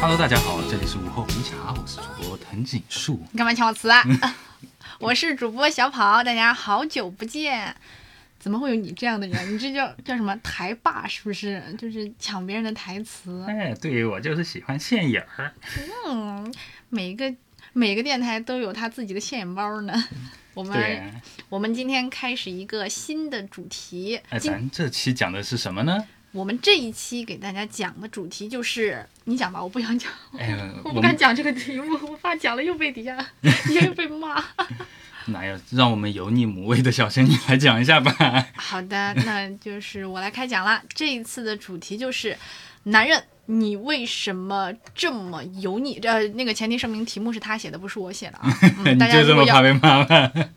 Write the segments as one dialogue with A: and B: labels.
A: Hello，大家好，这里是午后红茶，我是主播藤井树。
B: 你干嘛抢我词啊？ 我是主播小跑，大家好久不见。怎么会有你这样的人？你这叫叫什么台霸？是不是？就是抢别人的台词。
A: 哎，对我就是喜欢现眼儿。
B: 嗯，每个每个电台都有他自己的现眼包呢。 我们
A: 对，啊
B: 我们今天开始一个新的主题。
A: 哎，
B: 今
A: 咱这期讲的是什么呢？
B: 我们这一期给大家讲的主题就是，你讲吧，我不想讲，
A: 哎，
B: 我
A: 我
B: 不敢
A: 们
B: 讲这个题目，我怕讲了又被底下 底下又被骂。
A: 哪有让我们油腻母味的小仙女来讲一下吧？
B: 好的，那就是我来开讲啦。 这一次的主题就是，男人，你为什么这么油腻？呃，那个前提声明，题目是他写的，不是我写的啊。嗯、
A: 你
B: 大家
A: 就
B: 如
A: 这
B: 果
A: 么怕
B: 要
A: 被骂吗？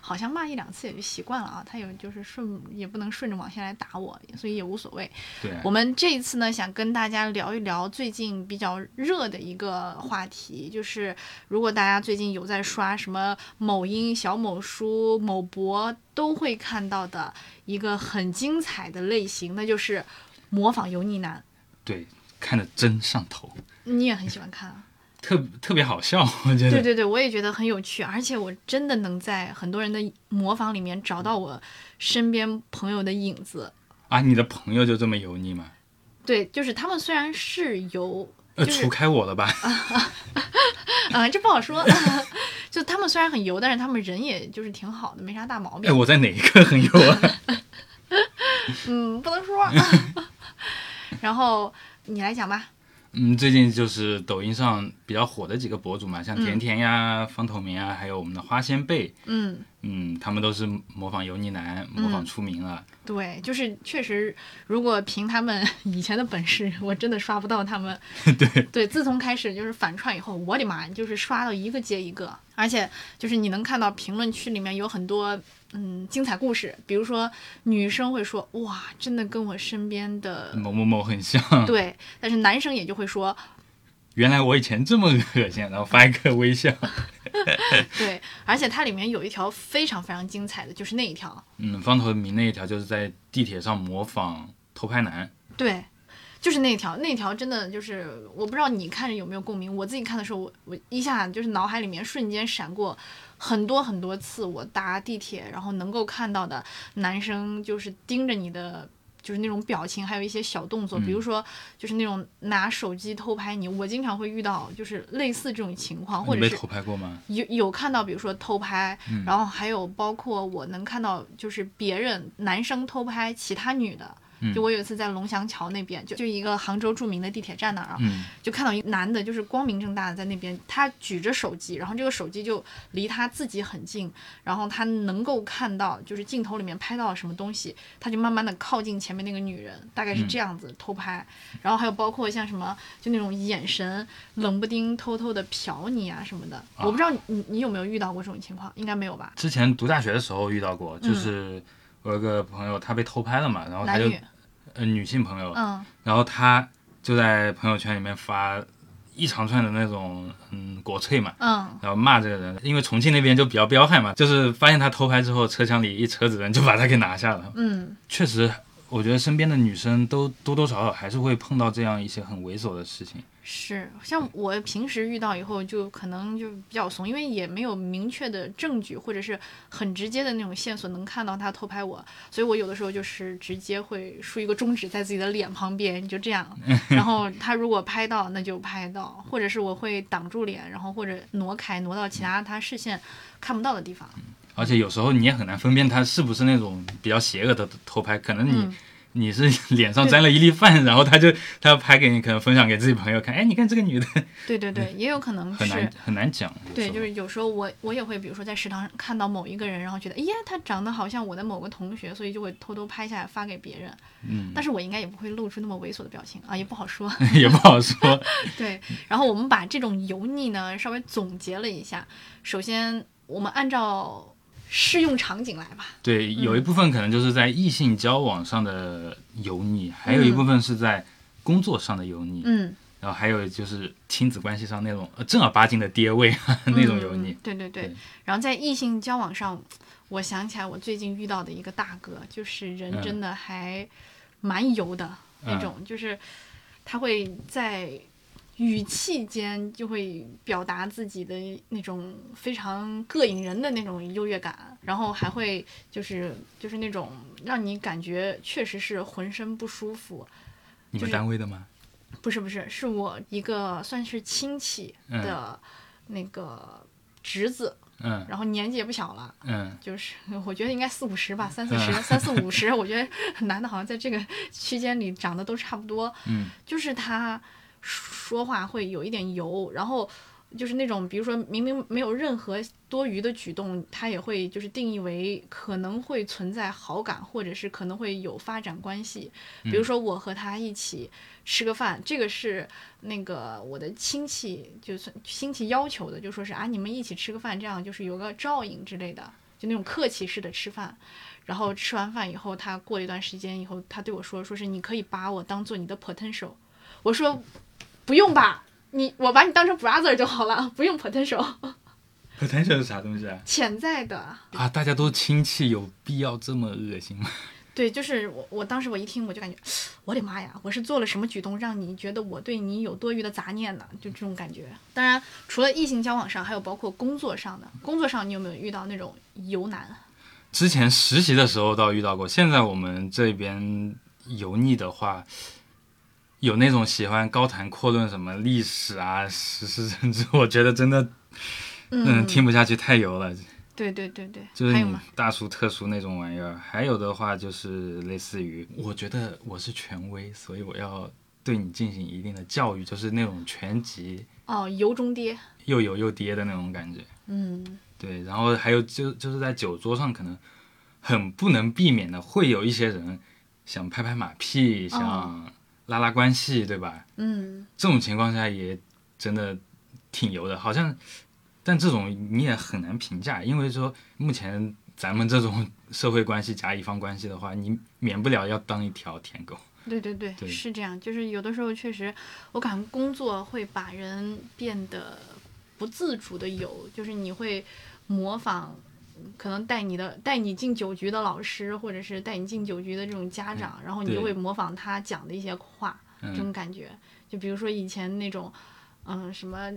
B: 好像骂一两次也就习惯了啊，他有就是顺也不能顺着往下来打我，所以也无所谓。
A: 对啊，
B: 我们这一次呢，想跟大家聊一聊最近比较热的一个话题，就是如果大家最近有在刷什么某音、小某书、某博，都会看到的一个很精彩的类型，那就是模仿油腻男。
A: 对，看得真上头，
B: 你也很喜欢看啊？
A: 特特别好笑， 我觉
B: 对
A: 得。
B: 对对，我也觉得很有趣，而且我真的能在很多人的模仿里面找到我身边朋友的影子。
A: 啊，你的朋友就这么油腻吗？
B: 对，就是他们虽然是由
A: 呃，
B: 就是
A: 除开我了吧？
B: 啊、这不好说。就他们虽然很油，但是他们人也就是挺好的，没啥大毛
A: 哎，
B: 病。
A: 我在哪一个很油 啊？
B: 嗯，不 能说。然后你来讲吧。
A: 嗯，最近就是抖音上比较火的几个博主嘛，像甜甜呀、方透明啊，还有我们的花仙贝，
B: 嗯，
A: 嗯，他们都是模仿油腻男，模仿出名了。
B: 对，就是确实，如果凭他们 以前的本事，我真的刷不到他 们。对对，自从开始就是反串以后，我的妈，就是刷到一个接一个，而且就是你能看到评论区里面有很多嗯精彩故事，比如说女生会说哇，真的跟我身边的。
A: 某某某很像，
B: 对，但是男生也就会说，
A: 原来我以前这么恶心，然后发一个微 笑。
B: 对，而且它里面有一条非常非常精彩的，就是那一条，
A: 嗯，方头明那一条就是在地铁上模仿偷拍男，
B: 对，就是那一条，那一条真的就是我不知道你看着有没有共鸣，我自己看的时候，我我一下就是脑海里面瞬间闪过很多很多次，我搭地铁然后能够看到的男生就是盯着你的。就是那种表情，还有一些小动作，比
A: 嗯
B: 如说，就是那种拿手机偷拍你，我经常会遇到，就是类似这种情况，啊或
A: 你
B: 者
A: 被
B: 是
A: 偷拍过吗？
B: 有有看到，比如说偷拍，然后还有包括我能看到，就是别人男生偷拍其他女的。就我有一次在龙翔桥那边，就就一个杭州著名的地铁站那儿啊，
A: 嗯，
B: 就看到一个男的，就是光明正大的在那边，他举着手机，然后这个手机就离他自己很近，然后他能够看到就是镜头里面拍到了什么东西，他就慢慢的靠近前面那个女人，大
A: 嗯
B: 概是这样子偷拍，然后还有包括像什么就那种眼神冷不丁偷偷的瞟你啊什么的，我不知道你你有没有遇到过这种情况，应该没有吧？
A: 之前读大学的时候遇到过，就是我有个朋友他被偷拍了嘛，然后哦他
B: 嗯男
A: 就
B: 女，
A: 呃女性朋友，
B: 嗯，
A: 然后他就在朋友圈里面发一长串的那种嗯国粹嘛，
B: 嗯，
A: 然后骂这个人，因为重庆那边就比较彪悍嘛，就是发现他偷拍之后，车厢里一车子人就把他给拿下了。
B: 嗯，
A: 确实，我觉得身边的女生都多多少少还是会碰到这样一些很猥琐的事情。
B: 是，像我平时遇到以后，就可能就比较怂，因为也没有明确的证据或者是很直接的那种线索能看到他偷拍我，所以我有的时候就是直接会竖一个中指在自己的脸旁边，就 这样。然后他如果拍到，那就拍到，或者是我会挡住脸，然后或者挪开，挪到其他他视线看不到的地方。
A: 而且有时候你也很难分辨他是不是那种比较邪恶的偷拍，可能你、
B: 嗯
A: 你是脸上沾了一粒饭， 然后他就他拍给你，可能分享给自己朋友看，哎，你看这个女的
B: 对对对，也有可能
A: 嗯很
B: 是
A: 难很难讲。有时
B: 对，
A: 候
B: 就是有时候我我也会，比如说在食堂看到某一个人，然后觉得，哎呀，他长得好像我的某个同学，所以就会偷偷拍下来发给别人。嗯，但是我应该也不会露出那么猥琐的表 情啊，也不好说。
A: 也不好说。
B: 对，然后我们把这种油腻呢稍微总结了一下。首先，我们按照适用场景来吧。
A: 对，有
B: 嗯
A: 一部分可能就是在异性交往上的油腻，还有一部分是在工作上的油腻，
B: 嗯，
A: 然后还有就是亲子关系上那种呃正儿八经的爹味 那种油腻
B: 嗯。对对对。
A: 对
B: 然后在异性交往上，我想起来我最近遇到的一个大哥，就是人
A: 嗯
B: 真的还蛮油的、那
A: 嗯
B: 种，就是他会在语气间就会表达自己的那种非常膈应人的那种优越感，然后还会就是就是那种让你感觉确实是浑身不舒服。
A: 你
B: 就
A: 们
B: 是
A: 单位的吗？
B: 不是不是，是我一个算是亲戚的那个侄子，
A: 嗯
B: 然后年纪也不小了。
A: 嗯，
B: 就是我觉得应该四五十吧，三四十、三四五十，我觉得男的好像在这个区间里长得都差不多。
A: 嗯，
B: 就是他说话会有一点油，然后就是那种比如说明明没有任何多余的举动，他也会就是定义为可能会存在好感，或者是可能会有发展关系。比如说我和他一起吃个饭，这个是那个我的亲戚就算亲戚要求的，就说是啊你们一起吃个饭，这样就是有个照应之类的。就那种客气式的吃饭，然后吃完饭以后，他过了一段时间以后，他对我说：“说是你可以把我当做你的 potential。”我说：“不用吧，你我把你当成 brother 就好了，不用 potential，
A: potential 是啥东西啊？
B: 潜在的。
A: 啊，大家都亲戚，有必要这么恶心吗？”
B: 对，就是我，我当时我一听我就感觉，我的妈呀，我是做了什么举动让你觉得我对你有多余的杂念呢？就这种感觉。当然，除了异性交往上，还有包括工作上的。工作上你有没有遇到那种油男？
A: 之前实习的时候倒遇到过，现在我们这边油腻的话，有那种喜欢高谈阔论什么历史啊、时事政治，我觉得真的，嗯，听不下去，太油了。
B: 对对对对，
A: 就是
B: 还有
A: 你
B: 吗？
A: 大叔特叔那种玩意儿，还有的话就是类似于，我觉得我是权威，所以我要对你进行一定的教育，就是那种全集
B: 哦，油中爹。
A: 又有又跌的那种感觉。
B: 嗯，
A: 对，然后还有就就是在酒桌上，可能很不能避免的会有一些人想拍拍马屁，
B: 哦
A: 想拉拉关系，对吧？
B: 嗯，
A: 这种情况下也真的挺油的，好像，但这种你也很难评价，因为说目前咱们这种 社会关系甲乙方关系的话，你免不了要当一条舔狗。
B: 对对对，
A: 对
B: 是这样。就是有的时候确实，我感觉工作会把人变得不自主的有，就是你会模仿。可能带你的带你进酒局的老师，或者是带你进酒局的这种家长，然后你
A: 嗯
B: 就
A: 对
B: 会模仿他讲的一些话，这
A: 嗯
B: 种感觉。就比如说以前那种，嗯，什么，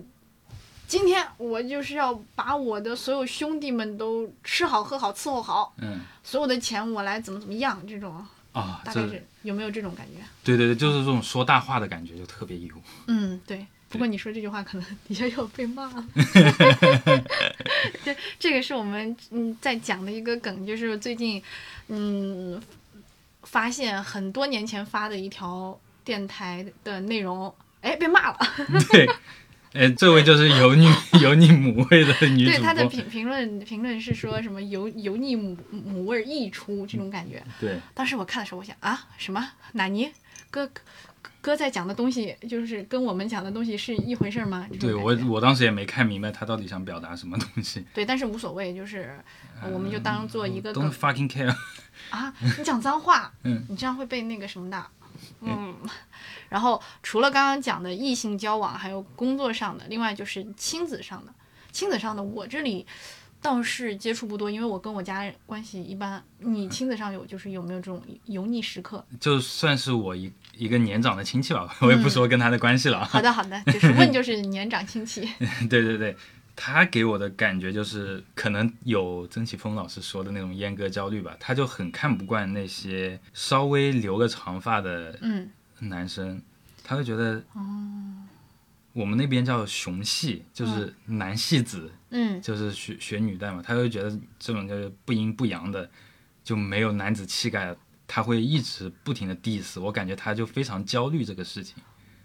B: 今天我就是要把我的所有兄弟们都吃好喝好伺候好，
A: 嗯
B: 所有的钱我来怎么怎么样，这种
A: 啊，
B: 大概
A: 这
B: 是有没有这种感觉？
A: 对对对，就是这种说大话的感觉就特别油。
B: 嗯，对。不过你说这句话，可能的确要被骂 了。这这个是我们嗯在讲的一个梗，就是最近嗯发现很多年前发的一条电台的内容，哎，被骂了。
A: 对，哎，这位就是油腻 油腻母味的女
B: 对
A: 主
B: 他的
A: 播。
B: 评评论评论是说什么油油腻母母味儿溢出这种感觉。
A: 对，
B: 当时我看的时候，我想啊，什么哪尼哥哥哥在讲的东西，就是跟我们讲的东西是一回事儿吗？这种
A: 对
B: 感
A: 我
B: 觉
A: 我当时也没看明白他到底想表达什么东西。
B: 对，但是无所谓，就是呃我们就当做一个梗
A: Don't fucking care。
B: 啊。你讲脏话，
A: 嗯
B: 你这样会被那个什么的，嗯。然后除了刚刚讲的异性交往，还有工作上的，另外就是亲子上的。亲子上的，我这里倒是接触不多，因为我跟我家人关系一般。你亲子上有就是有没有这种油腻时刻？
A: 就算是我一一个年长的亲戚吧，我也
B: 嗯
A: 不说跟他的关系了啊。
B: 好的好的，就是问就是年长亲戚，
A: 对对对，他给我的感觉就是，可能有曾启峰老师说的那种阉割焦虑吧，他就很看不惯那些稍微留个长发的
B: 嗯
A: 男生，他会觉得，
B: 哦
A: 我们那边叫雄系，就是男戏子，
B: 嗯。
A: 就是学学女代嘛，他会觉得这种就是不阴不阳的，就没有男子气概，他会一直不停的 diss，我感觉他就非常焦虑这个事情。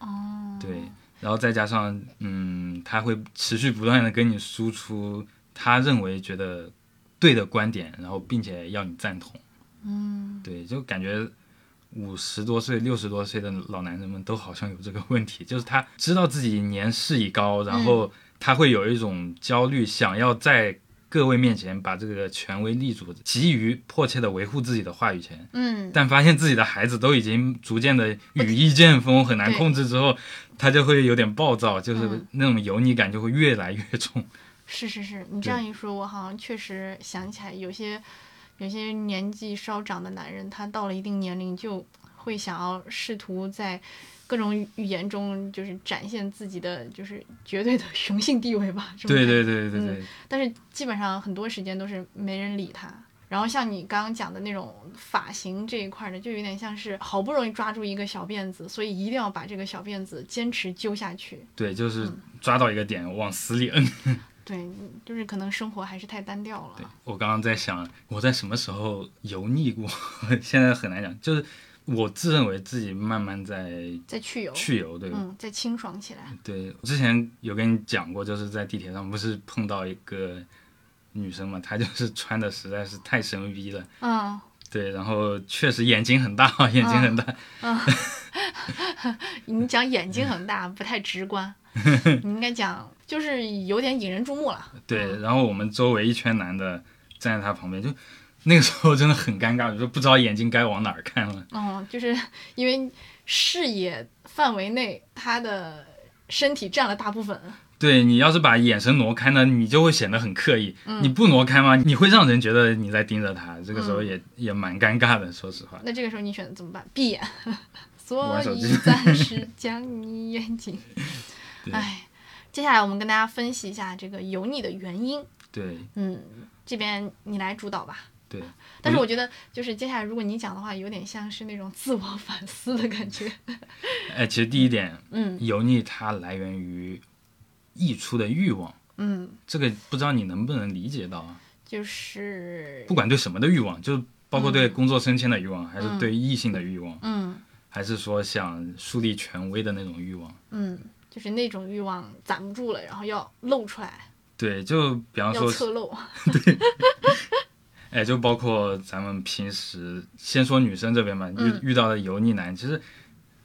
A: 哦，
B: 嗯
A: 对，然后再加上嗯，他会持续不断的跟你输出他认为觉得对的观点，然后并且要你赞同。嗯，对，就感觉。五十多岁、六十多岁的老男人们都好像有这个问题，就是他知道自己年事已高，然后他会有一种焦虑，想要在各位面前把这个权威立足，急于迫切地维护自己的话语权，
B: 嗯，
A: 但发现自己的孩子都已经逐渐的羽翼渐丰，很难
B: 对嗯
A: 控制之后，他就会有点暴躁，就是那种油腻感就会越来越重。
B: 是是是，你这
A: 对
B: 样一说，我好像确实想起来，有些有些年纪稍长的男人，他到了一定年龄就会想要试图在各种语言中就是展现自己的就是绝对的 雄性地位吧。这么
A: 对
B: 看
A: 对对对对，
B: 但是基本上很多时间都是没人理他。然后像你刚刚讲的那种发型这一块的，就有点像是好不容易抓住一个小辫子，所以一定要把这个小辫子坚持揪下去。
A: 对，就是
B: 嗯
A: 抓到一个点往死里摁。
B: 对，就是可能生活还是太单调了。
A: 对我刚刚在想，我在什么时候油腻过？ 现在很难讲，就是我自认为自己慢慢在
B: 再去油，
A: 去油，对吧？
B: 嗯，再清爽起来。
A: 对，之前有跟你讲过，就是在地铁上不是碰到一个女生嘛，她就是穿的实在是太神逼了，
B: 嗯，
A: 对，然后确实眼睛很大， 眼睛很大，
B: 嗯你讲眼睛很大不太直 观，你应该讲就是有点引人注目了。
A: 对，然后我们周围一圈男的站在她旁边，就那个时候真的很尴尬，就不知道眼睛该往哪儿看了。
B: 嗯，就是因为视野范围内，他的身体占了大部分。
A: 对你要是把眼神挪开呢，你就会显得很刻意；你不挪开吗？你会让人觉得你在盯着她，这个时候也、也蛮尴尬的，说实话。
B: 那这个时候你选择怎么办？闭眼，所
A: 玩手
B: 以
A: 机
B: 暂时将你眼睛。
A: 对
B: 哎，接下来我们跟大家分析一下这个油腻的原因。
A: 对
B: 嗯，这边你来主导吧。
A: 对，
B: 但是我觉得，就是接下来如果你讲的话，有点像是那种自我反思的感觉。
A: 哎，其实第一点，
B: 嗯
A: 油腻它来源于溢出的欲望，
B: 嗯，
A: 这个不知道你能不能理解到啊？
B: 就是
A: 不管对什么的欲望，就是包括对工作升迁的欲望，还是对异性的欲望，
B: 嗯
A: 还是说想树立权威的那种欲望。
B: 嗯，就是那种欲望攒不住了，然后要露出来，
A: 对，就比方啊
B: 要
A: 说，
B: 侧漏。
A: 哎，就包括咱们平时，先说女生这边吧，遇、
B: 嗯
A: 遇到的油腻男，其实，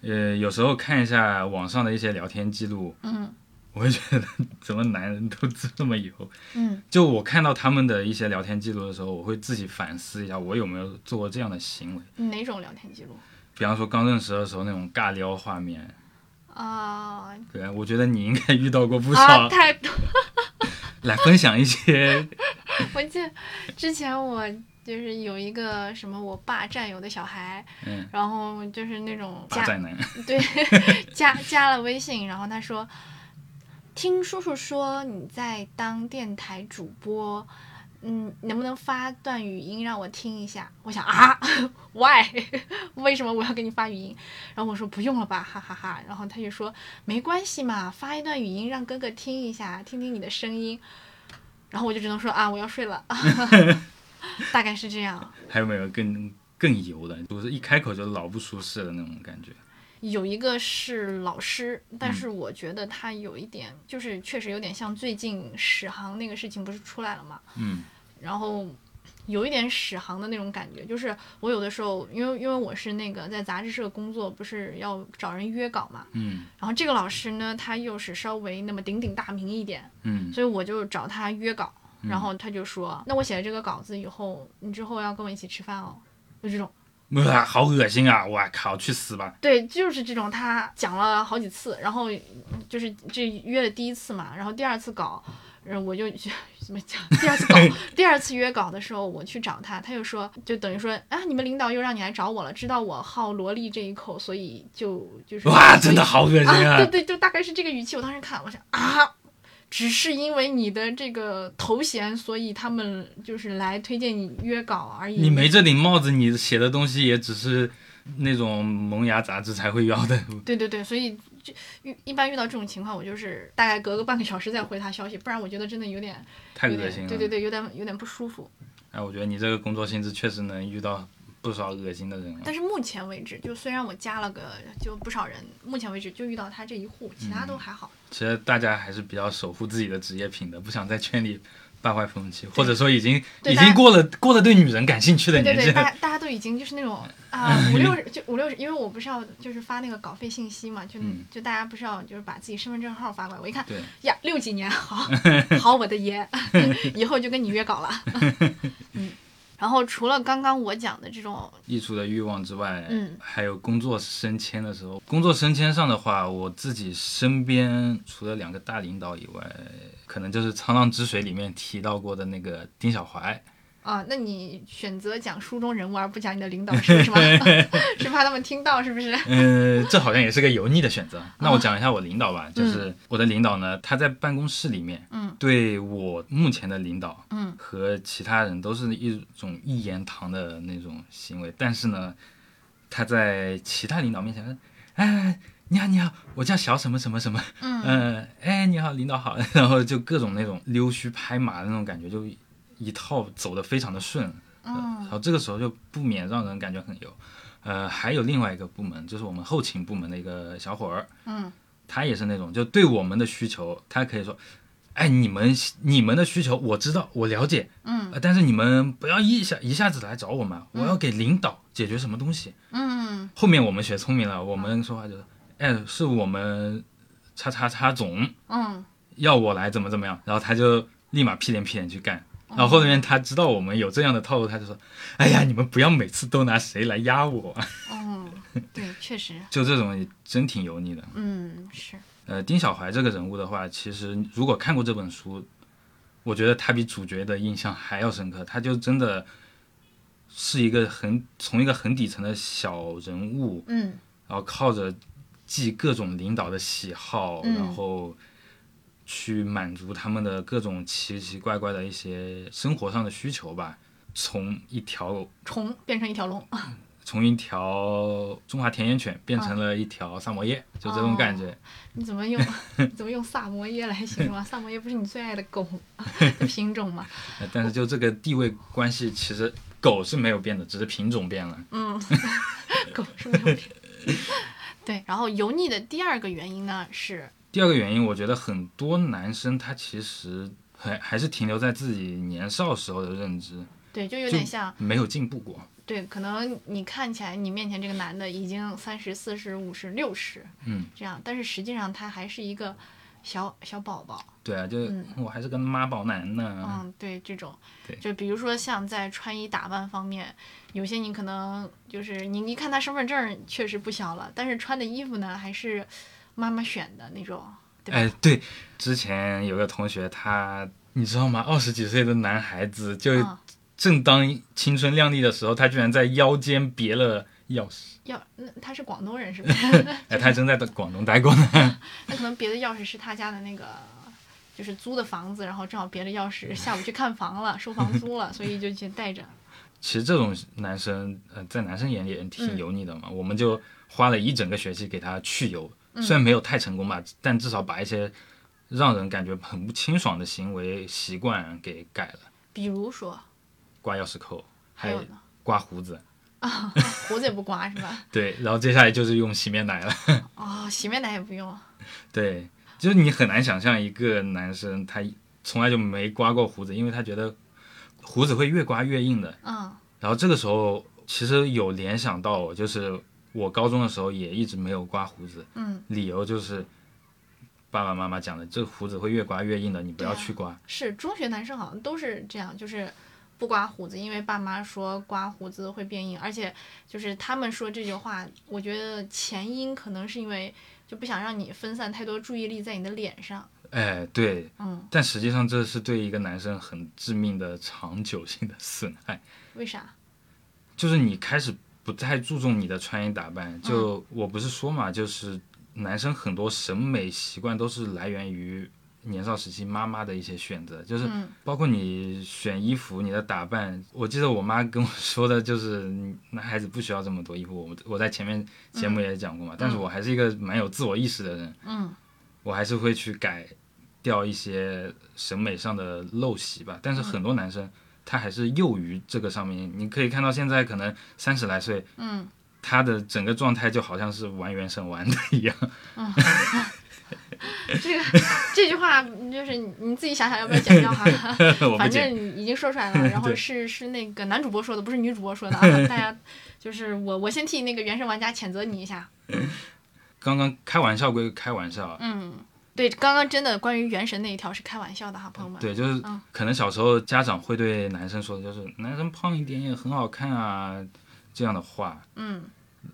A: 呃，有时候看一下网上的一些聊天记录，
B: 嗯
A: 我会觉得怎么男人都这么油。
B: 嗯
A: 就我看到他们的一些聊天记录的时候，我会自己反思一下，我有没有做过这样的行为。
B: 哪种聊天记录？
A: 比方说刚认识的时候那种尬聊画面，
B: 啊
A: 对，我觉得你应该遇到过不少。
B: 啊！太 多，
A: 来分享一 些，
B: 我记得之前我就是有一个什么我爸战友的小孩，
A: 嗯，
B: 然后就是那种
A: 霸
B: 家
A: 占男，
B: 对，加加了微信，然后他说：“听叔叔说你在当电台主播，嗯，能不能发段语音让我听一下？”我想啊，why？为 什么我要给你发语音？然后我说不用了吧，哈哈哈然后他就说没关系嘛，发一段语音让哥哥听一下，听听你的声音。然后我就只能说啊，我要睡了， 大概是这样。
A: 还有没有更更油的？就是一开口就老不舒适的那种感觉。
B: 有一个是老师，但是我觉得他有一点，就是确实有点像最近史航那个事情不是出来了嘛，
A: 嗯
B: 然后有一点史航的那种感觉，就是我有的时候，因为因为我是那个在杂志社工作，不是要找人约稿嘛，
A: 嗯
B: 然后这个老师呢，他又是稍微那么鼎鼎大名一点，
A: 嗯
B: 所以我就找他约稿，然后他就说，那我写了这个稿子以后，你之后要跟我一起吃饭哦，就这种。
A: 哇，好恶心啊！哇靠，去死吧！
B: 对，就是这种，他讲了好几次，然后就是这约了第一次嘛，然后第二次搞，然后我就怎么讲？第二次 搞，第二次约稿的时候，我去找他，他又说，就等于说啊，你们领导又让你来找我了，知道我好萝莉这一口，所以就就是
A: 哇，
B: 所以
A: 真的好恶心
B: 啊，对
A: 啊！
B: 对，就大概是这个语气。我当时看，我想啊，只是因为你的这个头衔，所以他们就是来推荐你约稿而已。
A: 你没这顶帽子，你写的东西也只是那种萌芽杂志才会要的。
B: 对对对，所以这遇一般遇到这种情况，我就是大概隔个半个小时再回他消息，不然我觉得真的有点
A: 太
B: 有
A: 恶心
B: 点
A: 了。
B: 对对对，有点有点不舒服。
A: 哎，我觉得你这个工作性质确实能遇到不少恶心的人了。啊
B: 但是目前为止，就虽然我加了个就不少人，目前为止就遇到他这一户，其
A: 嗯
B: 他都还好。
A: 其实大家还是比较守护自己的职业品的，不想在圈里败坏风气，或者说已经
B: 对
A: 已
B: 大家
A: 经过了过了对女人感兴趣的
B: 对
A: 年
B: 对
A: 纪
B: 对，大
A: 了。
B: 家大家都已经就是那 种啊五六十就五六十，因为我不是要就是发那个稿费信息嘛，就、
A: 嗯
B: 就大家不是要就是把自己身份证号发过来，我一看
A: 对，
B: 呀六几 年，好好我的爷，以后就跟你约稿了。 嗯，然后除了刚刚我讲的这种
A: 溢出的欲望之外，
B: 嗯
A: 还有工作升迁的时候，工作升迁上的话，我自己身边除了两个大领导以外，可能就是《沧浪之水》里面提到过的那个丁小槐，
B: 啊，那你选择讲书中人物而不讲你的领导是为什么？ 是怕他们听到是不是？
A: 嗯，这好像也是个油腻的选择。那我讲一下我领导吧，就是我的领导呢，他在办公室里面，
B: 嗯，
A: 对我目前的领导，
B: 嗯，
A: 和其他人都是一种一言堂的那种行为，但是呢，他在其他领导面前，哎，你好，你好，我叫小什么什么什么，
B: 嗯
A: 嗯，哎，你好，领导好， 然后就各种那种溜须拍马的那种感觉，就一套走的非常的顺，然
B: 嗯
A: 后这个时候就不免让人感觉很油。呃，还有另外一个部门，就是我们后勤部门的一个小伙儿，
B: 嗯，
A: 他也是那种，就对我们的需求，他可以说，哎，你们你们的需求我知道，我了解，
B: 嗯
A: 呃但是你们不要一下一下子来找我们，我要给领导解决什么东西。
B: 嗯
A: 后面我们学聪明了，我们说话就是，哎，是我们叉叉叉总
B: 嗯
A: 要我来怎么怎么样，然后他就立马屁颠屁颠去干。
B: 哦
A: 然后后面他知道我们有这样的套路，他就说：“哎呀，你们不要每次都拿谁来压我。
B: 嗯，对，确实，”
A: 就这种真挺油腻的。
B: 嗯是，
A: 呃，丁小槐这个人物的话，其实如果看过这本书，我觉得他比主角的印象还要深刻。他就真的是一个很从一个很底层的小人物，
B: 嗯
A: 然后靠着记各种领导的喜好，
B: 嗯
A: 然后去满足他们的各种奇奇怪怪的一些生活上的需求吧。从一条
B: 虫变成一条龙，啊
A: 从一条中华田园犬变成了一条萨摩耶，就这种感觉。
B: 你怎么用怎么用萨摩耶来形容啊？萨摩耶不是你最爱的狗 的品种吗？
A: 呃但是就这个地位关系，其实狗是没有变的，只是品种变了。
B: 嗯， 狗是没有品。对，然后油腻的第二个原因呢是，
A: 第二个原因，我觉得很多男生他其实还还是停留在自己年少时候的认知，
B: 对，就有
A: 就
B: 点像
A: 没有进步过。
B: 对，可能你看起来你面前这个男的已经三十四十五十六十，
A: 嗯，
B: 这样，但是实际上他还是一个小小宝宝，
A: 对啊，就、
B: 嗯
A: 我还是个妈宝男呢。啊
B: 嗯，对，这种
A: 对，
B: 就比如说像在穿衣打扮方面，有些你可能就是你一看他身份证儿确实不小了，但是穿的衣服呢还是妈妈选的那种，对吧？
A: 哎，对，之前有个同学他，你知道吗？二十几岁的男孩子，就
B: 嗯，
A: 正当青春靓丽的时候，他居然在腰间别了钥匙。
B: 要那他是广东人是不是？
A: 哎，他还真在广东待过呢。
B: 那可能别的钥匙是他家的那个，就是租的房子，然后正好别的钥匙下午去看房了，收房租了，所以就去带着。
A: 其实这种男生，呃，在男生眼里也挺油腻的嘛。我们就花了一整个学期给他去油，虽然没有太成功吧，但至少把一些让人感觉很不清爽的行为习惯给改了，
B: 比如说，
A: 刮钥匙扣，
B: 还
A: 还
B: 有
A: 有
B: 呢，啊
A: 刮胡子。
B: 胡子也不刮是吧？
A: 对，然后接下来就是用洗面奶了。
B: 哦，洗面奶也不用。
A: 对，就是你很难想象一个男生他从来就没刮过胡子，因为他觉得胡子会越刮越硬的。
B: 嗯
A: 然后这个时候其实有联想到我，就是我高中的时候也一直没有刮胡子，
B: 嗯，
A: 理由就是爸爸妈妈讲的，这胡子会越刮越硬的，你不要
B: 对啊
A: 去刮。
B: 是中学男生好像都是这样，就是不刮胡子，因为爸妈说刮胡子会变硬，而且就是他们说这句话，我觉得前因可能是因为就不想让你分散太多注意力在你的脸上。
A: 哎，对，
B: 嗯，
A: 但实际上这是对一个男生很致命的长久性的损害。
B: 为啥？
A: 就是你开始不太注重你的穿衣打扮，
B: 嗯
A: 就、我不是说嘛，就是男生很多审美习惯都是来源于年少时期妈妈的一些选择，就是
B: 嗯
A: 包括你选衣服、你的打扮。我记得我妈跟我说的就是，男孩子不需要这么多衣服。我我在前面节目也讲过嘛，但是我还是一个蛮有自我意识的人，
B: 嗯
A: 我还是会去改掉一些审美上的陋习吧。但是
B: 嗯
A: 很多男生他还是囿于这个上面，你可以看到现在可能三十来岁，
B: 嗯
A: 他的整个状态就好像是玩原神玩的一样。
B: 嗯，这个这句话就是你你自己想想要不要剪掉哈、
A: 我不
B: 反
A: 解，
B: 正已经说出来 了，然后
A: 对
B: 是是那个男主播说的，不是女主播说 的啊。大家就是我，我先替那个原生玩家谴责你一下。
A: 刚刚开玩笑归开玩笑，啊
B: 嗯，对，刚刚真的关于原神那一条是开玩笑的哈，朋友们。
A: 对，就是
B: 嗯
A: 可能小时候家长会对男生说的就是男生胖一点也很好看啊这样的话，
B: 嗯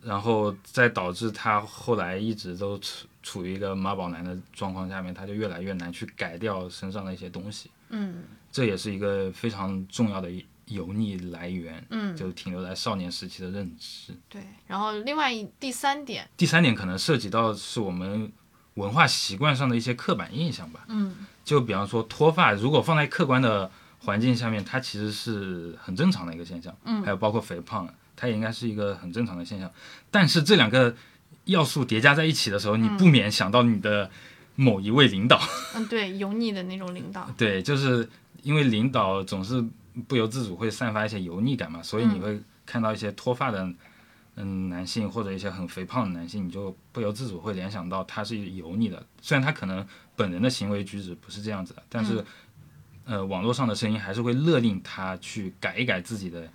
A: 然后再导致他后来一直都处处于一个妈宝男的状况下面，他就越来越难去改掉身上的一些东西。
B: 嗯
A: 这也是一个非常重要的一油腻来源，
B: 嗯，
A: 就停留在少年时期的认知。
B: 对。然后另外一第三点，
A: 第三点可能涉及到是我们文化习惯上的一些刻板印象吧。
B: 嗯
A: 就比方说脱发，如果放在客观的环境下面，它其实是很正常的一个现象。
B: 嗯
A: 还有包括肥胖，啊它也应该是一个很正常的现象。但是这两个要素叠加在一起的时候，你不免想到你的某一位领导。
B: 嗯，对，油腻的那种领 导，
A: 对，就是因为领导总是不由自主会散发一些油腻感嘛，所以你
B: 嗯
A: 会看到一些脱发的嗯男性或者一些很肥胖的男性，你就不由自主会联想到他是油腻的。虽然他可能本人的行为举止不是这样子的，但是、呃，网络上的声音还是会勒令他去改一改自己的。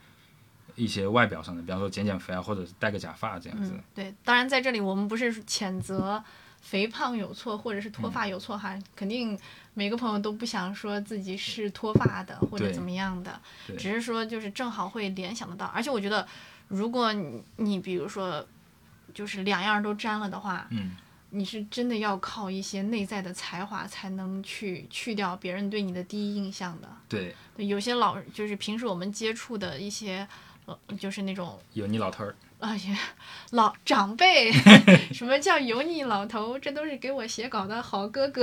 A: 一些外表上的，比方说减减肥啊，或者是戴个假发这样子。
B: 嗯，对。当然在这里我们不是谴责肥胖有错，或者是
A: 嗯
B: 脱发有错哈，肯定每个朋友都不想说自己是脱发的或者
A: 对
B: 怎么样的，
A: 对
B: 只是说就是正好会联想得到。而且我觉得，如果你你比如说就是两样都沾了的话，
A: 嗯，
B: 你是真的要靠一些内在的才华才能去去掉别人对你的第一印象的。
A: 对，
B: 对，有些老就是平时我们接触的一些，呃，就是那种
A: 油腻老头儿。
B: 啊，也老长辈， 什么叫油腻老头？这都是给我写稿的好哥哥，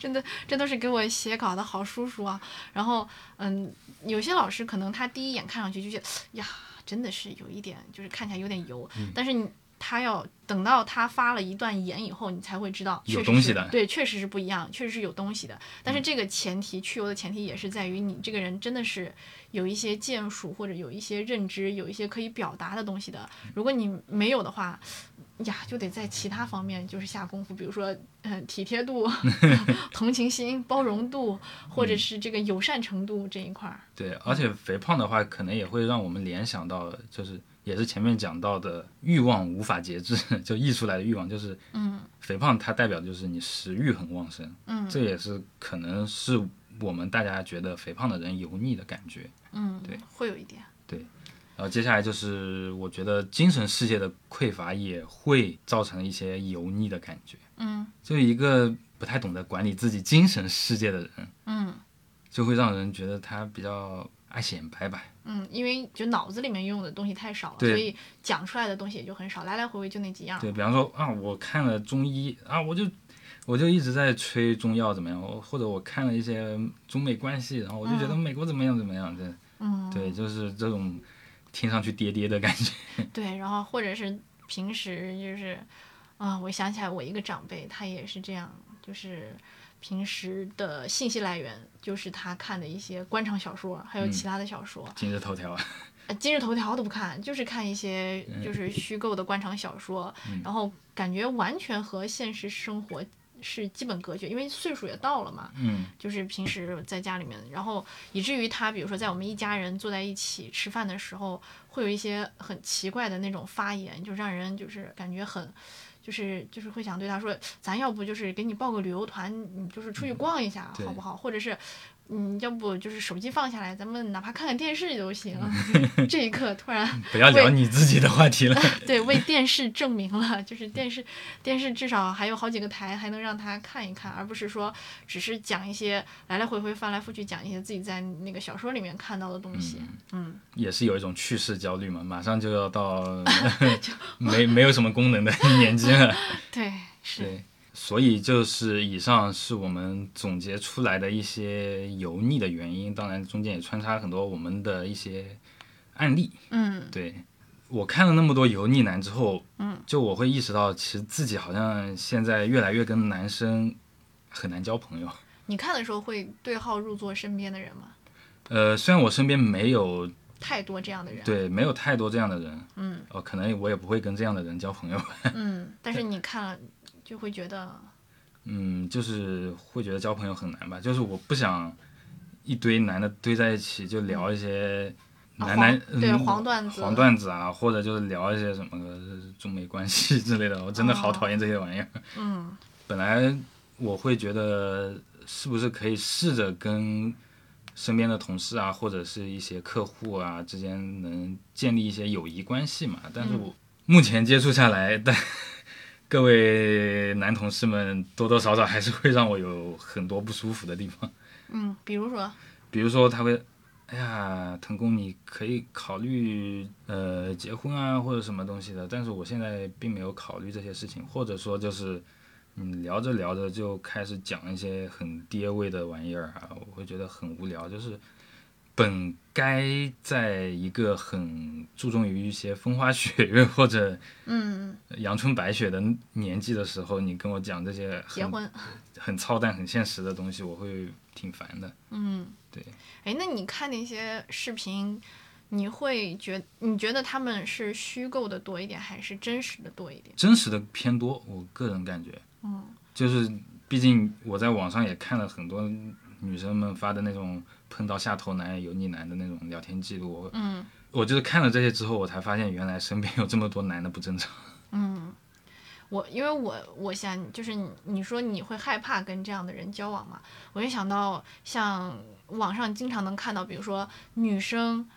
B: 真的，这都是给我写稿的好叔叔啊。然后，嗯，有些老师可能他第一眼看上去就觉得，哎呀，真的是有一点，就是看起来有点油，
A: 嗯
B: 但是你。他要等到他发了一段言以后，你才会知道
A: 有
B: 确实
A: 东西
B: 是
A: 的嗯
B: 对，确实是不一样，确实是有东西的。但是这个前提，去油的前提也是在于你这个人真的是有一些建树或者有一些认知，有一些可以表达的东西的。
A: 嗯
B: 如果你没有的话，呀，就得在其他方面就是下功夫，比如说，嗯、体贴度、同情心、包容度，或
A: 嗯
B: 者是这个友善程度这一块儿。
A: 对，而
B: 嗯
A: 且肥胖的话，可能也会让我们联想到，就是也是前面讲到的欲望无法节制， 就溢出来的欲望，就是
B: 嗯
A: 肥胖它代表就是你食欲很旺盛，
B: 嗯
A: 这也是可能是我们大家觉得肥胖的人油腻的感觉。
B: 嗯，
A: 对，
B: 会有一点。
A: 然后接下来就是我觉得精神世界的匮乏也会造成一些油腻的感觉，
B: 嗯
A: 就一个不太懂得管理自己精神世界的人，
B: 嗯
A: 就会让人觉得他比较爱显摆吧。
B: 嗯，因为就脑子里面用的东西太少了，所
A: 对
B: 以讲出来的东西也就很少，来来回回就那几样。
A: 对比方说啊，我看了中医啊，我就我就一直在吹中药怎么样，我或者我看了一些中美关系，然后我就觉得美国怎么样怎么样，对、
B: 嗯，
A: 对，就是这种听上去跌跌的感觉。
B: 对，然后或者是平时就是，啊、我想起来我一个长辈，他也是这样，就是平时的信息来源就是他看的一些官场小说，
A: 嗯
B: 还有其他的小说，
A: 今日头条啊，
B: 呃今日头条都不看，就是看一些就是虚构的官场小说，然后感觉完全和现实生活是基本隔绝，因为岁数也到了嘛，
A: 嗯
B: 就是平时在家里面，然后以至于他，比如说在我们一家人坐在一起吃饭的时候，会有一些很奇怪的那种发言，就让人就是感觉很，就是就是会想对他说，咱要不就是给你报个旅游团，你就是出去逛一下、
A: 对
B: 好不好？或者是，嗯，要不就是手机放下来，咱们哪怕看看电视都行。 这一刻突然
A: 不要聊
B: 喂
A: 你自己的话题了。
B: 对，为电视证明了，就是电视，电视至少还有好几个台还能让他看一看，而不是说只是讲一些来来回回翻来覆去讲一些自己在那个小说里面看到的东西。嗯，
A: 也是有一种去世焦虑嘛，马上就要到没没有什么功能的年纪了。
B: 对，是，
A: 对，所以就是以上是我们总结出来的一些油腻的原因，当然中间也穿插很多我们的一些案例。
B: 嗯
A: 对我看了那么多油腻男之后，
B: 嗯，
A: 就我会意识到，其实自己好像现在越来越跟男生很难交朋友。
B: 你看的时候会对号入座身边的人吗？
A: 呃，虽然我身边没有
B: 太多这样的人，
A: 对没有太多这样的人，
B: 嗯
A: 哦，可能我也不会跟这样的人交朋友。
B: 嗯，但是你看了就会觉得，
A: 嗯，就是会觉得交朋友很难吧，就是我不想一堆男的堆在一起就聊一些
B: 啊
A: 男
B: 黄
A: 男、
B: 对
A: 嗯
B: 黄段子
A: 黄段子啊，或者就是聊一些什么呃中美关系之类的，我真的好
B: 哦
A: 讨厌这些玩意儿。
B: 嗯
A: 本来我会觉得是不是可以试着跟身边的同事啊，或者是一些客户啊之间能建立一些友谊关系嘛，但
B: 嗯
A: 是我目前接触下来，但各位男同事们多多少少还是会让我有很多不舒服的地方，
B: 嗯，比如说，
A: 比如说他会哎呀，腾工你可以考虑呃结婚啊或者什么东西的，但是我现在并没有考虑这些事情，或者说就是你聊着聊着就开始讲一些很爹味的玩意儿啊，我会觉得很无聊，就是。本该在一个很注重于一些风花雪月或者
B: 嗯，
A: 阳春白雪的年纪的时候，你跟我讲这些
B: 结
A: 很
B: 婚，
A: 很操蛋、很现实的东西，我会挺烦的。
B: 嗯，
A: 对。
B: 哎，那你看那些视频，你会觉你觉得他们是虚构的多一点，还是真实的多一点？
A: 真实的偏多，我个人感觉，
B: 嗯，
A: 就是毕竟我在网上也看了很多女生们发的那种碰到下头男、油腻男的那种聊天记录，我
B: 嗯
A: 我就是看了这些之后，我才发现原来身边有这么多男的不正常。
B: 嗯，我因为我我想就是你你说你会害怕跟这样的人交往嘛，我就想到像网上经常能看到，比如说女生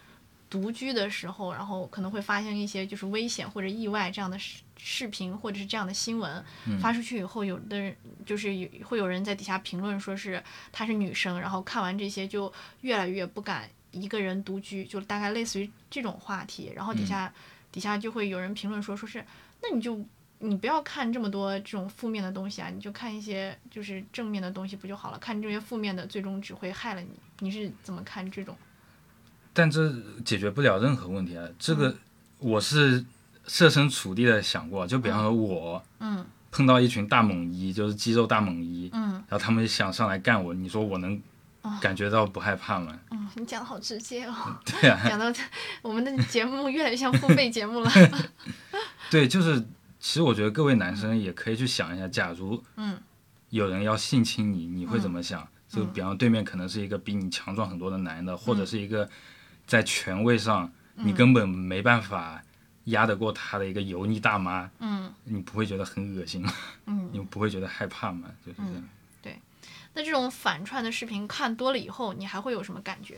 B: 独居的时候，然后可能会发生一些就是危险或者意外这样的视视频或者是这样的新闻、发出去以后，有的人就是有会有人在底下评论说是她是女生，然后看完这些就越来越不敢一个人独居，就大概类似于这种话题，然后底下、底下就会有人评论说说是那你就。你不要看这么多这种负面的东西啊，你就看一些就是正面的东西不就好了？看这些负面的，最终只会害了你。你是怎么看这种？
A: 但这解决不了任何问题啊！这
B: 嗯
A: 个我是设身处地的想过，就比方说我
B: 嗯
A: 碰到一群大猛一，就是肌肉大猛一，
B: 嗯
A: 然后他们想上来干我，你说我能
B: 啊
A: 感觉到不害怕吗？
B: 嗯， 你讲的好直接哦，
A: 对啊，
B: 讲到我们的节目越来越像付费 节目了。
A: 对，就是其实我觉得各位男生也可以去想一下，假如
B: 嗯
A: 有人要性侵你，你会怎么想？就
B: 嗯
A: 比方对面可能是一个比你强壮很多的男的，或者是一个在权位上
B: 嗯
A: 你根本没办法压得过他的一个油腻大妈，
B: 嗯
A: 你不会觉得很恶心吗？
B: 嗯，
A: 你不会觉得害怕吗？就是这样。
B: 那这种反串的视频看多了以后，你还会有什么感觉？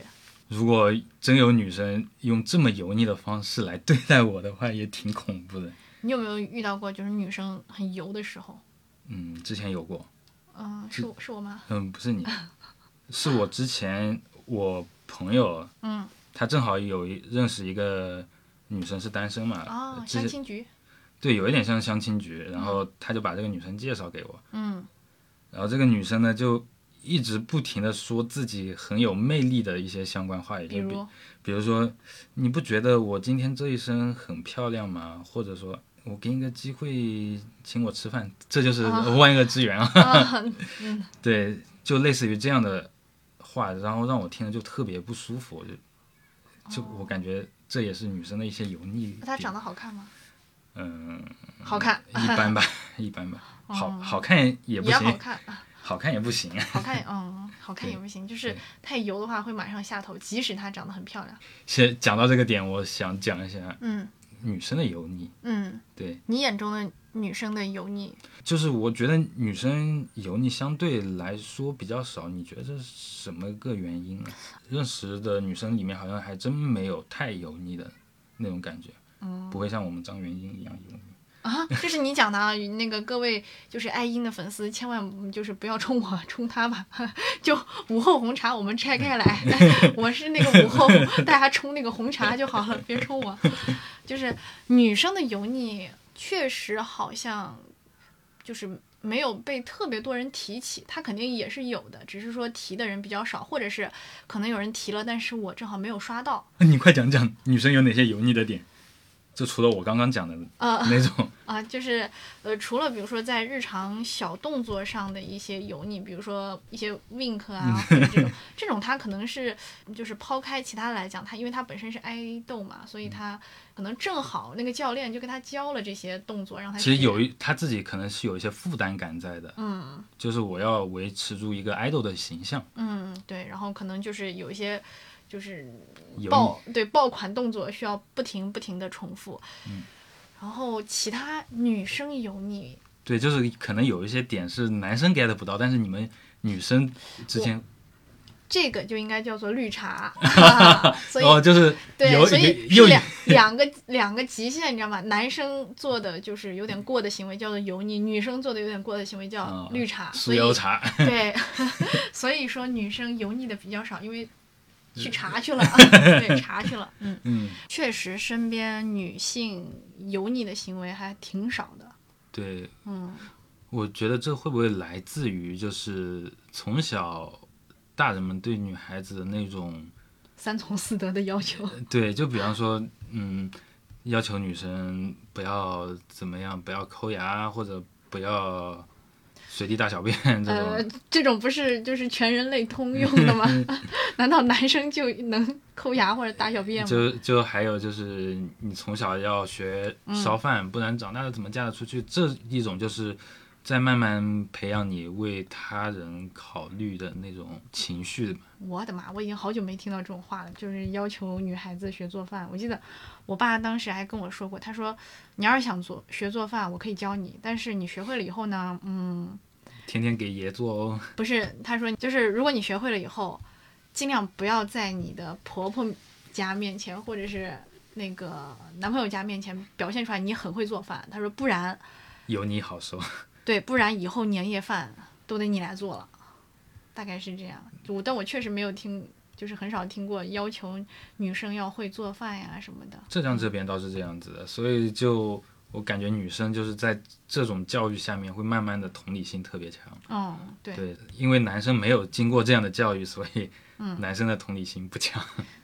A: 如果真有女生用这么油腻的方式来对待我的话，也挺恐怖的。
B: 你有没有遇到过就是女生很油的时候？
A: 嗯，之前有过，
B: 嗯，是我是我吗？
A: 嗯，不是你， 是我之前我朋友，
B: 嗯，
A: 他正好有一认识一个女生是单身嘛，
B: 啊，
A: 之
B: 相
A: 前
B: 亲嗯局。
A: 对，有一点像相亲局，然后他就把这个女生介绍给我，
B: 嗯
A: 然后这个女生呢就一直不停的说自己很有魅力的一些相关话语，
B: 比
A: 就比
B: 如
A: 比如说，你不觉得我今天这一身很漂亮吗？或者说。我给你个机会，请我吃饭，这就是万恶之源啊！
B: 啊，
A: 对，就类似于这样的话，然后让我听着就特别不舒服，我就就我感觉这也是女生的一些油腻。
B: 哦她长，得好看吗？
A: 嗯，
B: 好看，
A: 一般 吧，一般吧，好
B: 哦
A: 好看也不
B: 也好
A: 行，
B: 看，啊
A: 好看也不行。啊
B: 好看，嗯，好看也不行，就是
A: 对
B: 太油的话会马上下头，即使她长得很漂亮。
A: 先讲到这个点，我想讲一下
B: 嗯
A: 女生的油腻。
B: 嗯，
A: 对，
B: 你眼中的女生的油腻，
A: 就是我觉得女生油腻相对来说比较少，你觉得这是什么个原因呢？认识的女生里面好像还真没有太油腻的那种感觉，
B: 哦
A: 不会像我们张元英一样油腻。
B: 啊，这是你讲的啊，那个各位就是爱音的粉丝，千万嗯就是不要冲我冲他吧， 就午后红茶我们拆开来， 我是那个午后大家冲那个红茶就好了，别冲我。 就是女生的油腻确实好像就是没有被特别多人提起，她肯定也是有的，只是说提的人比较少，或者是可能有人提了，但是我正好没有刷到。
A: 你快讲讲女生有哪些油腻的点？就除了我刚刚讲的
B: 呃，
A: 那种，
B: 啊，就是呃，除了比如说在日常小动作上的一些油腻，比如说一些 wink
A: 嗯
B: 啊，或者这种这种，它可能是就是抛开其他来讲，它因为它本身是爱豆嘛，所以
A: 嗯
B: 它可能正好那个教练就跟他教了这些动作，让他
A: 其实
B: 学
A: 有一她自己可能是有一些负担感在的，
B: 嗯
A: 就是我要维持住一个 idol 的形象，
B: 嗯对，然后可能就是有一些就是
A: 油腻。
B: 爆对爆款动作需要不停不停的重复，
A: 嗯
B: 然后其他女生油腻，
A: 对，就是可能有一些点是男生 get 不到，但是你们女生之间
B: 这个就应该叫做 绿茶，啊所以
A: 哦，就是
B: 对，
A: 有
B: 所以
A: 有
B: 是
A: 有
B: 两两个两个极限，你知道吗？男生做的就是有点过的行为叫做油腻，女生做的有点过的行为叫
A: 啊
B: 绿茶。
A: 酥
B: 所以
A: 油茶，
B: 对，所以说女生油腻的比较少，因为去查 去了，对，查去了。嗯，
A: 嗯，
B: 确实身边女性油腻的行为还挺少的。
A: 对，
B: 嗯，
A: 我觉得这会不会来自于就是从小大人们对女孩子的那种
B: 三从四德的要求。
A: 对，就比方说，嗯，要求女生不要怎么样，不要抠牙或者不要随地大小便这种。
B: 呃，这种不是就是全人类通用的吗？
A: 嗯
B: 难道男生就能抠牙或者大小便吗？嗯
A: 就就还有就是，你从小要学烧饭，不然长大了怎么嫁得出去？这一种就是在慢慢培养你为他人考虑的那种情绪吧。
B: 我的妈！我已经好久没听到这种话了，就是要求女孩子学做饭。我记得我爸当时还跟我说过，他说你要是想做学做饭，我可以教你，但是你学会了以后呢，嗯，
A: 天天给爷做哦，
B: 不是，他说就是如果你学会了以后，尽量不要在你的婆婆家面前或者是那个男朋友家面前表现出来你很会做饭。他说不然，
A: 有你好受。
B: 对，不然以后年夜饭都得你来做了，大概是这样。我但我确实没有听，就是很少听过要求女生要会做饭呀什么的。
A: 浙江这边倒是这样子的，所以就我感觉女生就是在这种教育下面会慢慢的同理心特别强。
B: 嗯，对
A: 对，因为男生没有经过这样的教育，所以
B: 嗯
A: 男生的同理心不强。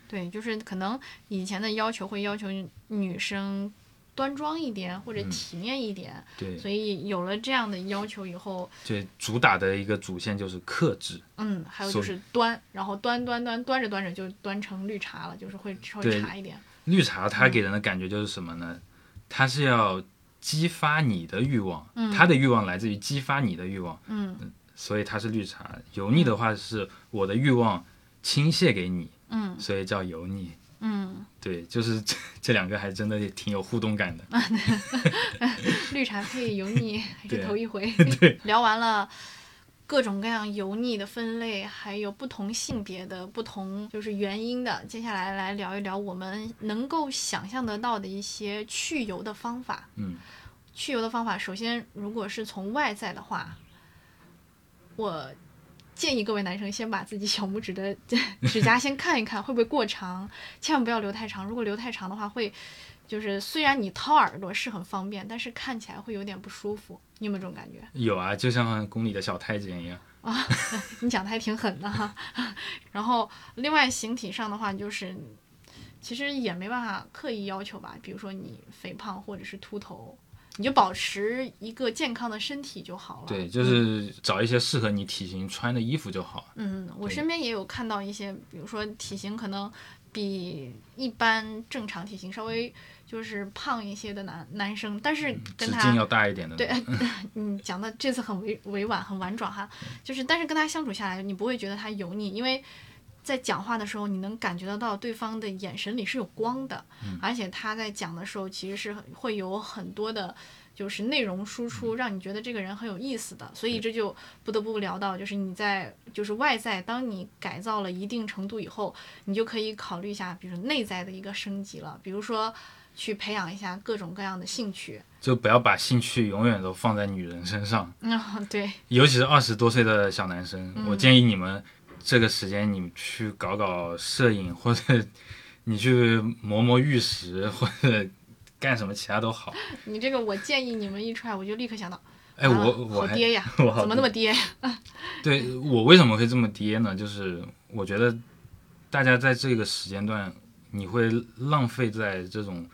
B: 对，就是可能以前的要求会要求女生端庄一点或者
A: 嗯
B: 体面一点，
A: 对
B: 所以有了这样的要求以后，
A: 对，主打的一个主线就是克制。
B: 嗯，还有就
A: 所
B: 是端，然后端端端端着端着就端成绿茶了，就是会稍微
A: 对
B: 茶一点。
A: 绿茶
B: 嗯
A: 它给人的感觉就是什么呢？它是要激发你的欲望，
B: 嗯
A: 它的欲望来自于激发你的欲望，
B: 嗯
A: 所以它是绿茶。油腻的话是我的欲望倾泻给你，
B: 嗯
A: 所以叫油腻。
B: 嗯，
A: 对，就是这这两个还真的也挺有互动感的。
B: 嗯绿茶配油腻 还是
A: 对
B: 头一回。聊完了各种各样油腻的分类，还有不同性别的不同就是原因的，接下来来聊一聊我们能够想象得到的一些去油的方法。
A: 嗯，
B: 去油的方法，首先如果是从外在的话，我建议各位男生先把自己小拇指的 指甲先看一看会不会过长，千万不要留太长。如果留太长的话，会就是虽然你掏耳朵是很方便，但是看起来会有点不舒服。你有没有这种感觉？
A: 有啊，就像宫里的小太监一样。
B: 你讲的还挺狠的哈。 然后，另外形体上的话，就是其实也没办法刻意要求吧，比如说你肥胖或者是秃头，你就保持一个健康的身体就好了。
A: 对，就是找一些适合你体型穿的衣服就好。
B: 嗯，我
A: 对
B: 身边也有看到一些，比如说体型可能比一般正常体型稍微就是胖一些的男男生，但是
A: 嗯
B: 跟
A: 直
B: 他
A: 径要大一点的。
B: 对，嗯，讲的这次很委委婉，很婉转哈，就是但是跟他相处下来，你不会觉得他油腻，因为在讲话的时候，你能感觉得到对方的眼神里是有光的，而且他在讲的时候，其实是很会有很多的。就是内容输出，让你觉得这个人很有意思的，所以这就不得不聊到，就是你在就是外在，当你改造了一定程度以后，你就可以考虑一下，比如说内在的一个升级了，比如说去培养一下各种各样的兴趣，
A: 就不要把兴趣永远都放在女人身上，
B: 嗯，对，
A: 尤其是二十多岁的小男生，
B: 嗯
A: 我建议你们这个时间你们去搞搞摄影，或者你去磨磨玉石，或者干什么其他都好。
B: 你这个，我建议你们一出来，我就立刻想到，
A: 哎，
B: 啊
A: 我我
B: 好
A: 还
B: 爹呀，
A: 我好
B: 怎么那么爹呀？
A: 对我为什么会这么跌呢？就是我觉得大家在这个时间段，你会浪费在这种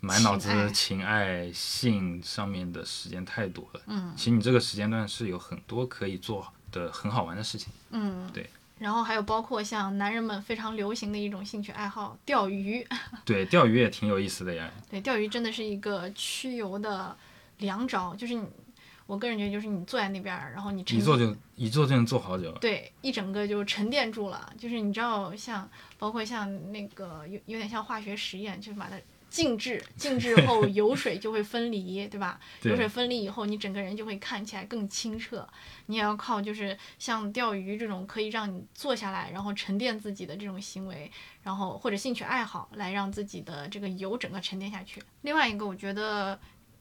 A: 满脑子
B: 情爱
A: 情爱、性上面的时间太多了。嗯，其实你这个时间段是有很多可以做的很好玩的事情。
B: 嗯，
A: 对。
B: 然后还有包括像男人们非常流行的一种兴趣爱好，钓鱼。
A: 对，钓鱼也挺有意思的呀。
B: 对，钓鱼真的是一个驱油的良招，就是你，我个人觉得就是你坐在那边儿，然后你沉
A: 一坐就一坐就能坐好久了。
B: 对，一整个就沉淀住了。就是你知道像，包括像那个有有点像化学实验，就是把它静置，静置后 油水就会分离，对吧？油水
A: 对
B: 分离以后，你整个人就会看起来更清澈。你也要靠就是像钓鱼这种可以让你坐下来，然后沉淀自己的这种行为，然后或者兴趣爱好来让自己的这个油整个沉淀下去。另外一个，我觉得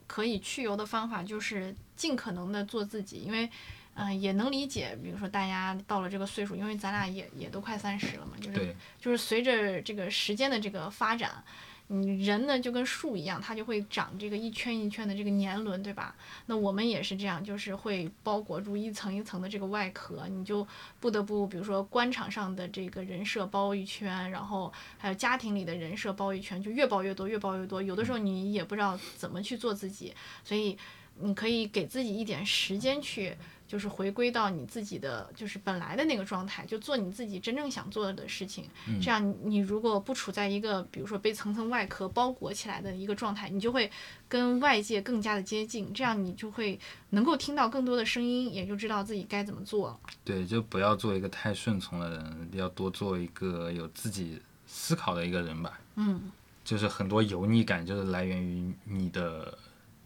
B: 可以去油的方法就是尽可能的做自己，因为嗯、也能理解，比如说大家到了这个岁数，因为咱俩也也都快三十了嘛，就是
A: 对，
B: 就是随着这个时间的这个发展，嗯，人呢就跟树一样，它就会长这个一圈一圈的这个年轮，对吧？那我们也是这样，就是会包裹住一层一层的这个外壳，你就不得不，比如说官场上的这个人设包一圈，然后还有家庭里的人设包一圈，就越包越多，越包越多。有的时候你也不知道怎么去做自己，所以你可以给自己一点时间去。就是回归到你自己的，就是本来的那个状态，就做你自己真正想做的事情。这样你，你如果不处在一个比如说被层层外壳包裹起来的一个状态，你就会跟外界更加的接近。这样，你就会能够听到更多的声音，也就知道自己该怎么做。
A: 对，就不要做一个太顺从的人，要多做一个有自己思考的一个人吧。
B: 嗯
A: 就是很多油腻感就是来源于你的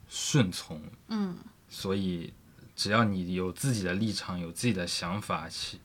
A: 顺从，
B: 嗯
A: 所以只要你有自己的立场，有自己的想法，其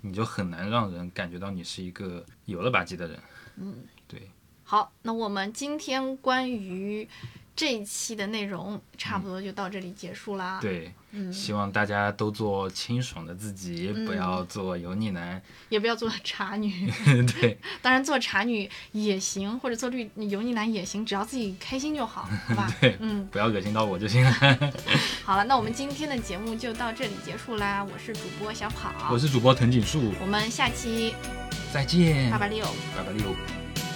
A: 你就很难让人感觉到你是一个油了吧唧的人。
B: 嗯，
A: 对，
B: 好，那我们今天关于这一期的内容，差不多就到这里结束啦。
A: 对，
B: 嗯，
A: 希望大家都做清爽的自己，
B: 嗯
A: 不要做油腻男。
B: 也不要做茶 女。
A: 对，？
B: 当然，做茶女也行，或者做绿油腻男也行，只要自己开心就好，好 吧
A: 对
B: 嗯，
A: 不要恶心到我就行了。
B: 好了，那我们今天的节目就到这里结束啦。我是主播小跑，
A: 我是主播藤井树，
B: 我们下期
A: 再见，
B: 八八六。
A: 八八六。